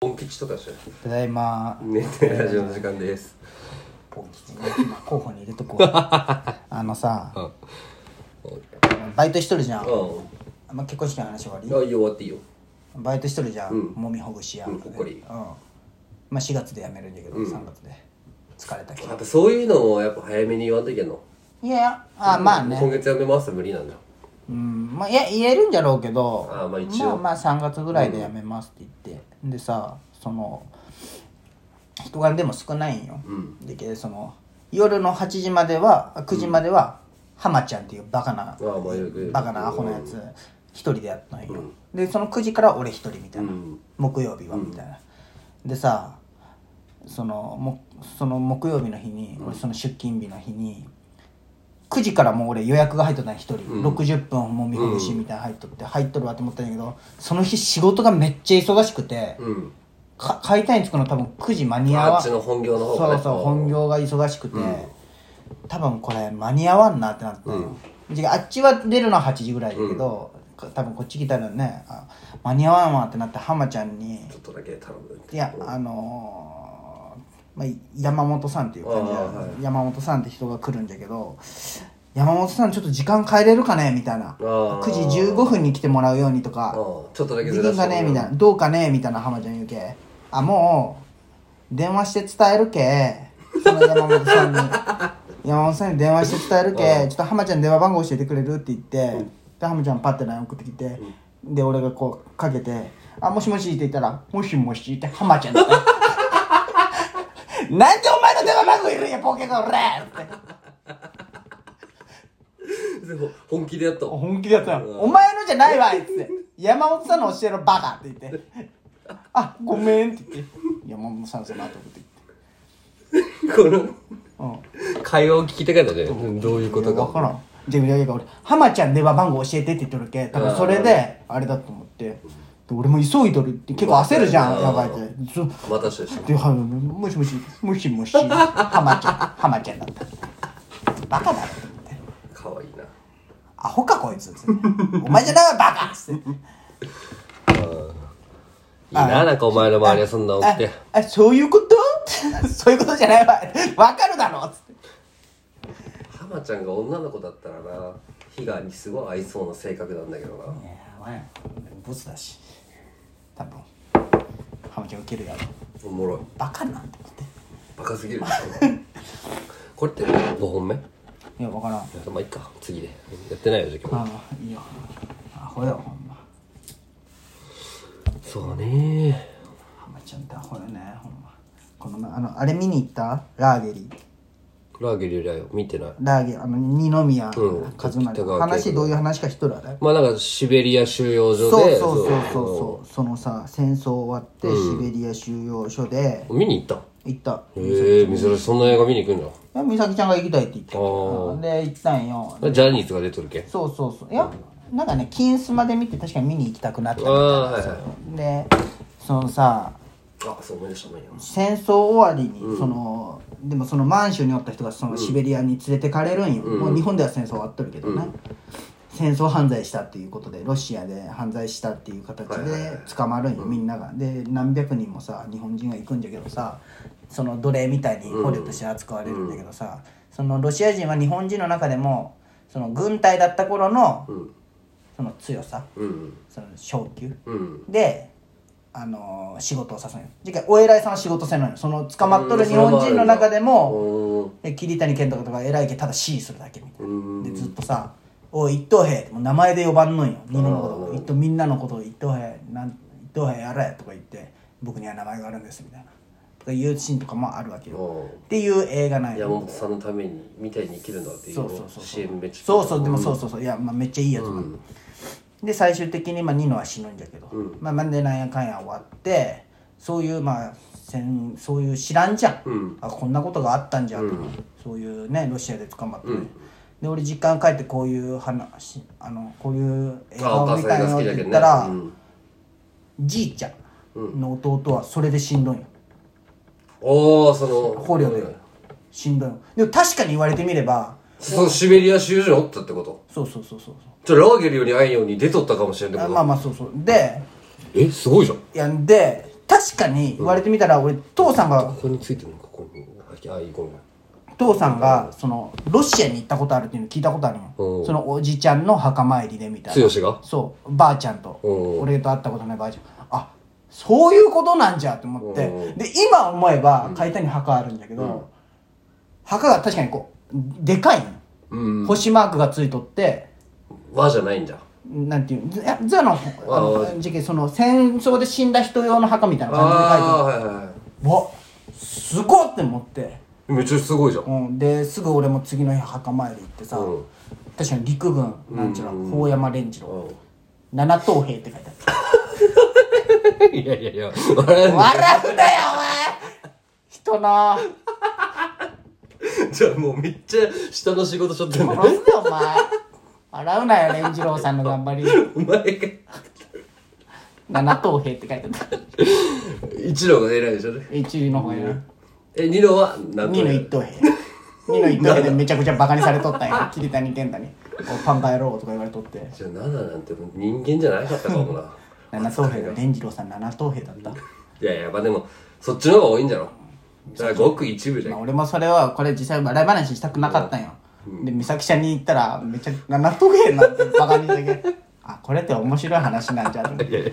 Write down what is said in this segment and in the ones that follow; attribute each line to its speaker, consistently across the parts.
Speaker 1: 1とかじゃん
Speaker 2: ただいま
Speaker 1: 寝てラジオの時間です
Speaker 2: ポン吉今候補に入れとこ うあのさバイトしとるじゃん、
Speaker 1: う
Speaker 2: まあ、結婚式の話終わり
Speaker 1: んあいいよ終わっていいよ
Speaker 2: バイトしとるじゃん、
Speaker 1: うん
Speaker 2: もみほぐしや、
Speaker 1: うんほっこり
Speaker 2: うんまあ4月で辞めるんだけど、
Speaker 1: うん
Speaker 2: 3月で疲れたけ
Speaker 1: やっ
Speaker 2: ど
Speaker 1: ぱそういうのをやっぱ早めに言わんといけんの
Speaker 2: いやいやあまあ
Speaker 1: 今
Speaker 2: ね
Speaker 1: 月やめます無理なんだ
Speaker 2: うんまあいや言えるんじゃろうけど
Speaker 1: あまあ一応
Speaker 2: まあまあ3月ぐらいで辞めますって言って、でさその人がでも少ないんよ、
Speaker 1: うん
Speaker 2: でけその夜の8時まではあ9時までは、ハマちゃんっていうバカな
Speaker 1: ああまあよく
Speaker 2: バカなアホなやつ一人でやったんよ、
Speaker 1: うん
Speaker 2: でその9時から俺一人みたいな、
Speaker 1: うん
Speaker 2: 木曜日はみたいな、でさそのもその木曜日の日に、俺その出勤日の日に9時からもう俺予約が入っとったんよ一人、
Speaker 1: ん
Speaker 2: 60分もみほぐしみたいなの入っとって入っとるわと思ったんやけどその日仕事がめっちゃ忙しくて、
Speaker 1: うん
Speaker 2: か解体に着くの多分9時間に合わん
Speaker 1: あっちの本業の方がね
Speaker 2: そうそう本業が忙しくて、多分これ間に合わんなってなったよ、であっちは出るのは8時ぐらいだけど、多分こっち来たらねあ間に合わんわってなって浜ちゃんに
Speaker 1: ちょっとだけ頼む
Speaker 2: いやあのーまあ、山本さんっていう感じで、
Speaker 1: ああはい
Speaker 2: 山本さんって人が来るんだけど山本さんちょっと時間変えれるかねみたいな
Speaker 1: ああ
Speaker 2: 9時15分に来てもらうようにとか
Speaker 1: ああちょっとだけ
Speaker 2: できんかねみたいなどうかねみたいな浜ちゃん言うけあもう電話して伝えるけその山本さんに山本さんに電話して伝えるけちょっと浜ちゃん電話番号教えてくれるって言って、で浜ちゃんパッて LINE 送ってきて、で俺がこうかけて「あもしもし」って言ったら「もしもし」って浜ちゃんだったなんでお前の電話番号いるんやボケが俺って
Speaker 1: 本気でやった
Speaker 2: お本気でやったの「お前のじゃないわ」っつって「山本さんの教えろバカ」って言って「あごめん」って言って「山本さんじゃな」と思って
Speaker 1: この
Speaker 2: 言って
Speaker 1: 会話を聞きたかったねどういうこ
Speaker 2: うん
Speaker 1: と
Speaker 2: 分か
Speaker 1: から
Speaker 2: んじゃあいやいや俺「浜ちゃん電話番号教えて」って言っとるけ多分それであれだと思ってで俺も急いどるって結構焦るじゃん
Speaker 1: うん
Speaker 2: やばいってず
Speaker 1: お待たせした
Speaker 2: ではもしもしもしもし浜ちゃん浜ちゃんだったバカだって思って
Speaker 1: かわいいな
Speaker 2: アホかこいつっつってお前じゃないわバカっつって
Speaker 1: いいななんかお前の周りはそんな多くて
Speaker 2: ああそういうこと そういうことじゃないわわかるだろっつって
Speaker 1: 浜ちゃんが女の子だったらなヒガにすごい合いそうな性格なんだけどない
Speaker 2: やわやボスだし多分ハムちゃん受けるやろ
Speaker 1: おもろい
Speaker 2: バカなんて思って
Speaker 1: バカすぎるでし ょこれって5本目い
Speaker 2: いやわからん
Speaker 1: やまあいっか次でやってないよじゃあ今日
Speaker 2: あいいよアホよほんま
Speaker 1: そうね
Speaker 2: ハムちゃんってアホよねほんまこの前あのあれ見に行ったラーゲリ
Speaker 1: ラーゲリよりはよ見てない
Speaker 2: ラーゲあの二宮
Speaker 1: うん
Speaker 2: 和
Speaker 1: 北
Speaker 2: 成、
Speaker 1: 川景子
Speaker 2: 話どういう話か知っとるあれ
Speaker 1: まあなんかシベリア収容所
Speaker 2: そう
Speaker 1: で
Speaker 2: そうそうそうそうそのさ戦争終わって、シベリア収容所で
Speaker 1: そう見に行った
Speaker 2: 行った
Speaker 1: へえ珍しいそんな映画見に行くんだ
Speaker 2: いや美咲ちゃんが行きたいって言ってた
Speaker 1: あー
Speaker 2: で行ったんよ
Speaker 1: ジャニーズが出とるけ
Speaker 2: そうそうそういやなんかね金スマで見て確かに見に行きたくなったみ
Speaker 1: あ
Speaker 2: た
Speaker 1: あ
Speaker 2: い
Speaker 1: はいはい
Speaker 2: でそのさ
Speaker 1: あそう思い出したもんや
Speaker 2: 戦争終わりに、そのでもその満州におった人がそのシベリアに連れてかれるんよ、もう日本では戦争終わっとるけどね、戦争犯罪したっていうことでロシアで犯罪したっていう形で捕まるんよ、みんながで何百人もさ日本人が行くんじゃけどさその奴隷みたいに捕虜として扱われるんだけどさ、そのロシア人は日本人の中でもその軍隊だった頃の、
Speaker 1: ん
Speaker 2: その強さ
Speaker 1: うん
Speaker 2: その昇級、
Speaker 1: うん
Speaker 2: で、あのー仕事をさせない次回お偉いさんは仕事せないのその捕まっとる日本人の中でも、
Speaker 1: も
Speaker 2: え桐谷健太とか偉いけどただ支持するだけみたい
Speaker 1: うん
Speaker 2: なでずっとさ「おい一等兵」ってもう名前で呼ばんのんよみんなのこと
Speaker 1: あー
Speaker 2: 一等みんなのことを一等兵なん一等兵やれとか言って僕には名前があるんですみたいなとかいうシーンとかもあるわけよっていう映画なんよ
Speaker 1: 山本さんのためにみたいに生きるんだっていう
Speaker 2: そうそうそうそう
Speaker 1: CM めっちゃ
Speaker 2: そうそうでもそうそうそういや、まあ、めっちゃいいやつなので最終的に、まあ、ニノは死ぬんじゃけど、まあ、まあでなんやかんや終わってそういうまあ戦そういう知らんじゃ
Speaker 1: う
Speaker 2: ん、
Speaker 1: ん
Speaker 2: あこんなことがあったんじゃん、そういうねロシアで捕まってね、で俺実家に帰ってこういう話あのこういう映
Speaker 1: あ
Speaker 2: 画
Speaker 1: お
Speaker 2: を
Speaker 1: 母
Speaker 2: 見
Speaker 1: さ
Speaker 2: た
Speaker 1: ん
Speaker 2: い
Speaker 1: が
Speaker 2: の
Speaker 1: 好き
Speaker 2: って
Speaker 1: だけ
Speaker 2: 言
Speaker 1: ど
Speaker 2: っ
Speaker 1: ね
Speaker 2: たら、
Speaker 1: うん
Speaker 2: じいちゃんの弟はそれでしんどいよ、
Speaker 1: おおその
Speaker 2: 捕虜でしんどいよでも確かに言われてみれば
Speaker 1: そのシベリア収容所におったってこと
Speaker 2: そうそうそうそうそう
Speaker 1: じゃあラーゲルより会えんように出とったかもしれんってこ
Speaker 2: あ
Speaker 1: と
Speaker 2: まあまあそうそうで
Speaker 1: えすごいじゃん
Speaker 2: やんで確かに言われてみたら俺父さんが
Speaker 1: ここについてるのかここにあいいごめん
Speaker 2: 父さんがそのロシアに行ったことあるっていうの聞いたことある
Speaker 1: う
Speaker 2: よ
Speaker 1: ん
Speaker 2: そのおじちゃんの墓参りでみたいな
Speaker 1: 剛が
Speaker 2: そうばあちゃんと
Speaker 1: うん
Speaker 2: 俺と会ったことないばあちゃんあそういうことなんじゃと思って
Speaker 1: うん
Speaker 2: で今思えば海底に墓あるんだけ
Speaker 1: うん
Speaker 2: ど墓が確かにこうでかいの
Speaker 1: うん
Speaker 2: 星マークがついとって
Speaker 1: 和じゃないんだ
Speaker 2: なんていういやザのあ
Speaker 1: あ
Speaker 2: のじゃけその戦争で死んだ人用の墓みたいな感じで書いてある
Speaker 1: ああはいはいは
Speaker 2: わすごっって思って、
Speaker 1: いめっちゃすごいじゃん
Speaker 2: うん、ですぐ俺も次の日墓参り行ってさ、
Speaker 1: うん
Speaker 2: 確かに陸軍なんちゅう
Speaker 1: うん
Speaker 2: の法山連次郎
Speaker 1: うん
Speaker 2: 七等兵って書いてあっ
Speaker 1: いやいやいや笑え
Speaker 2: た
Speaker 1: ん
Speaker 2: 笑うなよお前人の
Speaker 1: じゃあもうめっちゃ下の仕事しょってんだよ
Speaker 2: 殺すよお前笑うなよ連次郎さんの頑張り
Speaker 1: お前が
Speaker 2: 七等兵って書いてあった
Speaker 1: 一郎が偉いでしょね
Speaker 2: 一の方やな
Speaker 1: え二郎は何
Speaker 2: 二の一等兵二の一等兵でめちゃくちゃバカにされとったん や桐谷健太に「おパンカ野郎」とか言われとって
Speaker 1: じゃあ7なんてもう人間じゃなかったかもな
Speaker 2: 七等兵が連次郎さん七等兵だった
Speaker 1: いやいややっぱでもそっちの方が多いんじゃろだからごく一部じゃ
Speaker 2: まあ
Speaker 1: ん
Speaker 2: 俺もそれはこれ実際笑い話したくなかったんよ、で美咲ちゃんに言ったらめっちゃ納得へんなってバカにしてけあこれって面白い話なんじゃと思っ て
Speaker 1: いやいや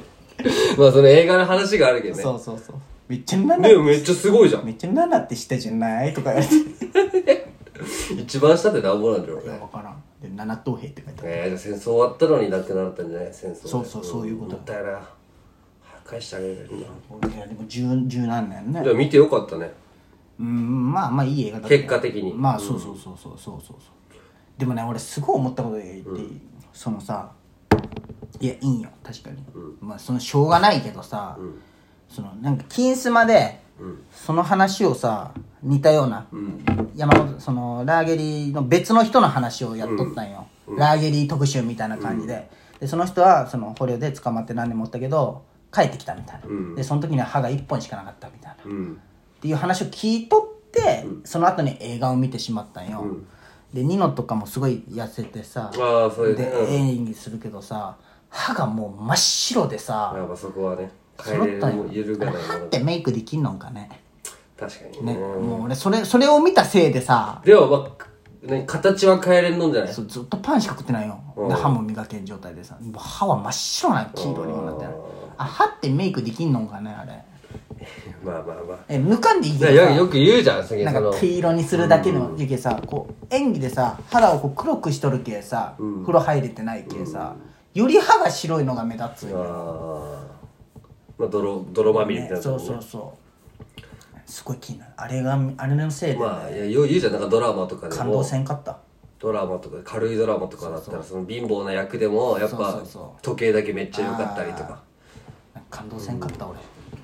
Speaker 1: まあその映画の話があるけどね
Speaker 2: そうそうそうめっちゃなんだ
Speaker 1: でもめっちゃすごいじゃん
Speaker 2: めっちゃなんだってしたじゃないとか言われて
Speaker 1: 一番下ってなんぼなんだろうね
Speaker 2: 分からんで七等兵って書いてある
Speaker 1: えー、じゃあ戦争終わったのになくなったんじゃない戦争で
Speaker 2: そうそうそういうこと
Speaker 1: もったいな破壊してあげるな
Speaker 2: 俺らでも十十何年ね
Speaker 1: じゃあ見てよかったね
Speaker 2: うんまあまあいい映画だったよ
Speaker 1: 結果的に
Speaker 2: まあそうそうそうそうそうそうそうでもね俺すごい思ったことで言っていい、そのさいやいいんよ確かに、まあそのしょうがないけどさ、そのなんか金スマで、その話をさ似たような、山本そのラーゲリの別の人の話をやっとったんよ、ラーゲリ特集みたいな感じで,、でその人はその捕虜で捕まって何年もおったけど帰ってきたみたいな、でその時には歯が1本しかなかったみたいな、
Speaker 1: うん
Speaker 2: っていう話を聞いとって、その後に映画を見てしまったんよ、でニノとかもすごい痩せてさ
Speaker 1: あーそういう
Speaker 2: で、
Speaker 1: うん
Speaker 2: 演技するけどさ歯がもう真っ白でさ
Speaker 1: やっぱそこはね帰
Speaker 2: 揃
Speaker 1: れ
Speaker 2: っ
Speaker 1: る
Speaker 2: たん
Speaker 1: も
Speaker 2: よ
Speaker 1: 揺るがないも
Speaker 2: 歯っ
Speaker 1: の
Speaker 2: てメイクできんのんかね
Speaker 1: 確かに
Speaker 2: ね、
Speaker 1: ね
Speaker 2: もう俺それそれを見たせいでさ
Speaker 1: でもまあ、ね、形は変えれんのんじゃない
Speaker 2: そうずっとパンしか食ってないよ
Speaker 1: うん
Speaker 2: で歯も磨けん状態でさもう歯は真っ白な黄色にもなってるあ歯ってメイクできんのんかねあれ
Speaker 1: まあまあまあ
Speaker 2: え抜かんでいいけ
Speaker 1: だか
Speaker 2: ど
Speaker 1: ら
Speaker 2: さ
Speaker 1: よよく言うじゃん先に
Speaker 2: なん
Speaker 1: その
Speaker 2: か黄色にするだけの時けさ、こう演技でさ肌をこう黒くしとるけさ、風呂入れてないけさ、より歯が白いのが目立つん
Speaker 1: あ
Speaker 2: よ、
Speaker 1: ーまあ泥泥まみれみ
Speaker 2: ね
Speaker 1: たいな
Speaker 2: そうそうそうすごい気になるあれがあれのせいで、ね
Speaker 1: まあいやよう言うじゃんなんかドラマとかで
Speaker 2: 感動
Speaker 1: も
Speaker 2: せんかった
Speaker 1: ドラマとか軽いドラマとかだったらその貧乏な役でもやっ
Speaker 2: そうそ
Speaker 1: ぱ
Speaker 2: うそ
Speaker 1: 時計だけめっちゃ良かったりとか
Speaker 2: なんか感動せんかった、俺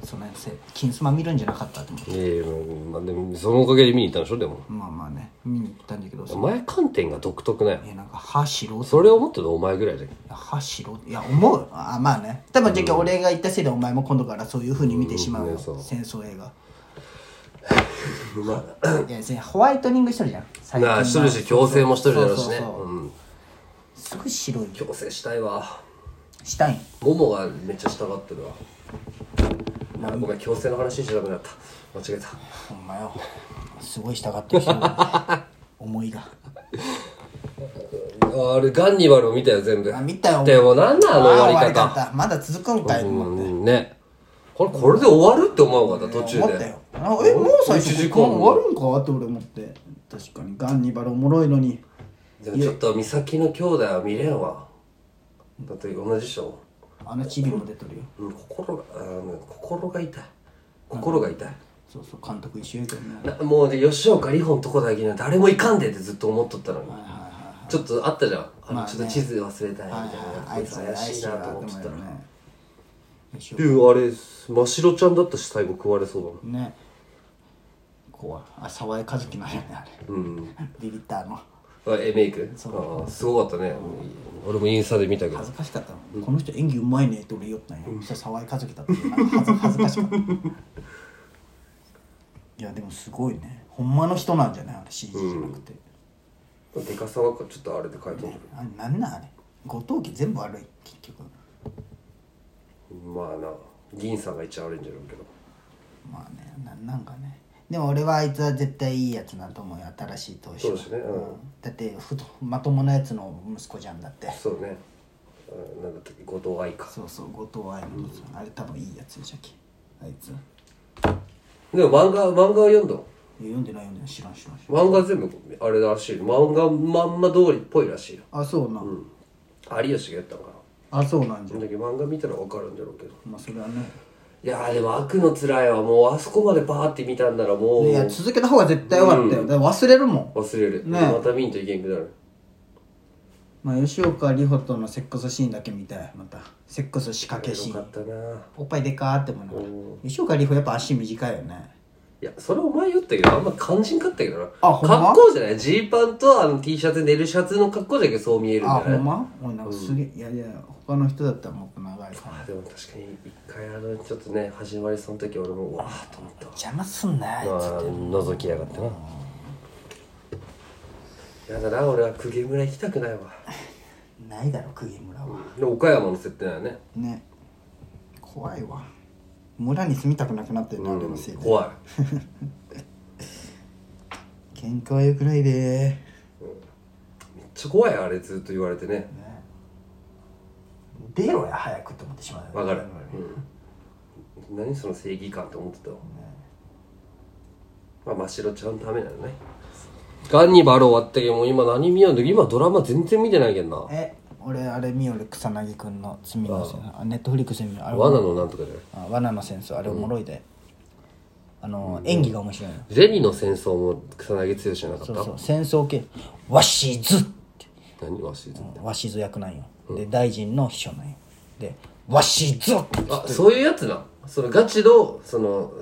Speaker 2: そのせい金スマ見るんじゃなかったと思って
Speaker 1: いやいやまあでもそのおかげで見に行ったんでしょでも
Speaker 2: まあまあね見に行ったんだけどさ
Speaker 1: お前観点が独特なんよ
Speaker 2: えなんか歯白
Speaker 1: それを持ってるのお前ぐらいじゃん
Speaker 2: いや歯白いや思うあまあね多分じゃあ俺が言ったせいでお前も今度からそういうふうに見てしまうよ、
Speaker 1: うんそう
Speaker 2: 戦争映画
Speaker 1: うまい
Speaker 2: いや別にホワイトニングしとるじゃん最
Speaker 1: なあしとるし強制もしとるだろうしね
Speaker 2: そうそうそう
Speaker 1: うん
Speaker 2: すごい白いよ
Speaker 1: 強制したいわ
Speaker 2: したいん
Speaker 1: ももがめっちゃ従ってるわあごめん強制の話しちゃダメだった間違えた
Speaker 2: ほんまよすごい従ってきてるよね 思いが
Speaker 1: あれガンニバルを見たよ全部
Speaker 2: あ見たよ
Speaker 1: でもなんなんあの終わり
Speaker 2: あ終
Speaker 1: 方
Speaker 2: わまだ続くんかいと
Speaker 1: う
Speaker 2: 思って、
Speaker 1: んねこれこれで終わるって思わなかった途中で
Speaker 2: 思ったよあえもう最
Speaker 1: 1時間
Speaker 2: 初こんなん終わるんかって俺思って確かにガンニバルおもろいのに
Speaker 1: でもちょっと美咲の兄弟は見れんわだって同じでしょ、
Speaker 2: あのチビも出てるよ
Speaker 1: うん、心があの心が痛い心が痛い
Speaker 2: そうそう監督一緒やけどね
Speaker 1: なもうで吉岡里帆のとこだけには誰もいかんでってずっと思っとったのに、
Speaker 2: はいはいはい
Speaker 1: ちょっとあったじゃんあの、
Speaker 2: まあね
Speaker 1: ちょっと地図忘れたいみたいな、
Speaker 2: あ
Speaker 1: こ
Speaker 2: い
Speaker 1: いつ
Speaker 2: つ
Speaker 1: 怪
Speaker 2: 怪
Speaker 1: し
Speaker 2: し
Speaker 1: い
Speaker 2: い
Speaker 1: な
Speaker 2: な
Speaker 1: と
Speaker 2: と
Speaker 1: 思
Speaker 2: 思
Speaker 1: っ
Speaker 2: ってて
Speaker 1: た
Speaker 2: た
Speaker 1: ら
Speaker 2: ら
Speaker 1: ね
Speaker 2: ね
Speaker 1: であれ真白ちゃんだったし最後食われそうだな
Speaker 2: ね怖いあ沢井和樹なんやねあれ
Speaker 1: うん
Speaker 2: ビビったあの
Speaker 1: あえメイクああすごかったね俺もインスタで見たけど
Speaker 2: 恥ずかしかったもん、この人演技うまいねって俺言おったんや、そしたら沢井和樹だったけどなんか恥ず恥ずかしかったいやでもすごいねほんまの人なんじゃないあれ CG じゃなくて、
Speaker 1: でかさはちょっとあれで書いてある
Speaker 2: あれなんなんあれ後藤家全部悪い結局
Speaker 1: まあな銀さんが一番悪いんじゃろうけど
Speaker 2: なんかねでも俺はあいつは絶対いいやつなんと思うよ新しい投資は
Speaker 1: そうですねうん
Speaker 2: だってふとまともなやつの息子じゃんだって
Speaker 1: そうねあなんだったっけ後藤愛か
Speaker 2: そうそう後藤愛の息子あれ多分いいやつでしたっけあいつ
Speaker 1: でも漫画漫画は読んだの
Speaker 2: 読んでない読んでない知らん知らん知らん
Speaker 1: 漫画全部あれらしい漫画まんま通りっぽいらしいよ、
Speaker 2: あそうなん、
Speaker 1: うん、有吉がやったのか
Speaker 2: あそうなんじゃ
Speaker 1: なだけど漫画見たら分かるんだろうけど
Speaker 2: まあそれはね
Speaker 1: いやーでも悪のつらいはもうあそこまでバーって見たんならもう
Speaker 2: いや続けた方が絶対よかったよ、だから忘れるもん
Speaker 1: 忘れる、
Speaker 2: ねえ
Speaker 1: また見んといけんくなる
Speaker 2: まあ吉岡里帆とのセックスシーンだけ見たいまたセックス仕掛けシ
Speaker 1: よ
Speaker 2: ー
Speaker 1: か
Speaker 2: ン
Speaker 1: ったなぁ
Speaker 2: おっぱいでかーって思いながら吉岡里帆やっぱ足短いよね
Speaker 1: いやそれお前言ったけどあんま肝心かったけどな
Speaker 2: あほんま
Speaker 1: 格好じゃないジーパンとあの T シャツ寝るシャツの格好だけどそう見えるんじ
Speaker 2: あ
Speaker 1: ゃ
Speaker 2: ほ
Speaker 1: ない
Speaker 2: んま俺なんかすげえ、いやいや他の人だったらもっと長いから
Speaker 1: あでも確かに一回あのちょっとね始まりその時俺もうわーっと思ったわ
Speaker 2: 邪魔すんなあいつ
Speaker 1: まあ覗きやがってなやだな俺は公家村行きたくないわ
Speaker 2: ないだろ釘村は
Speaker 1: で岡山の設定だよね
Speaker 2: ね怖いわ村に住みたくなくなってるな俺のせいで、
Speaker 1: 怖い
Speaker 2: 喧嘩はよくないで
Speaker 1: めっちゃ怖いあれずっと言われてね
Speaker 2: ね出ろや早くって思ってしまうよね
Speaker 1: わかる、うん、何その正義感って思ってたわまあ真っ白ちゃんのためなのねガンニバル終わったけどもう今何見ようんだ今ドラマ全然見てないけんな
Speaker 2: え俺あれ見よる草薙くんの罪の戦争あネットフリックスで見るあれ
Speaker 1: 罠のなんとかじゃない
Speaker 2: あ罠の戦争あれおもろいで、あの演技が面白いの
Speaker 1: 銭の戦争も草薙剛じゃなかった
Speaker 2: そうそう戦争系わしずって
Speaker 1: 何わしず
Speaker 2: わしず役なんよ、で大臣の秘書なんよでわしずって
Speaker 1: あそういうやつなそのガチのその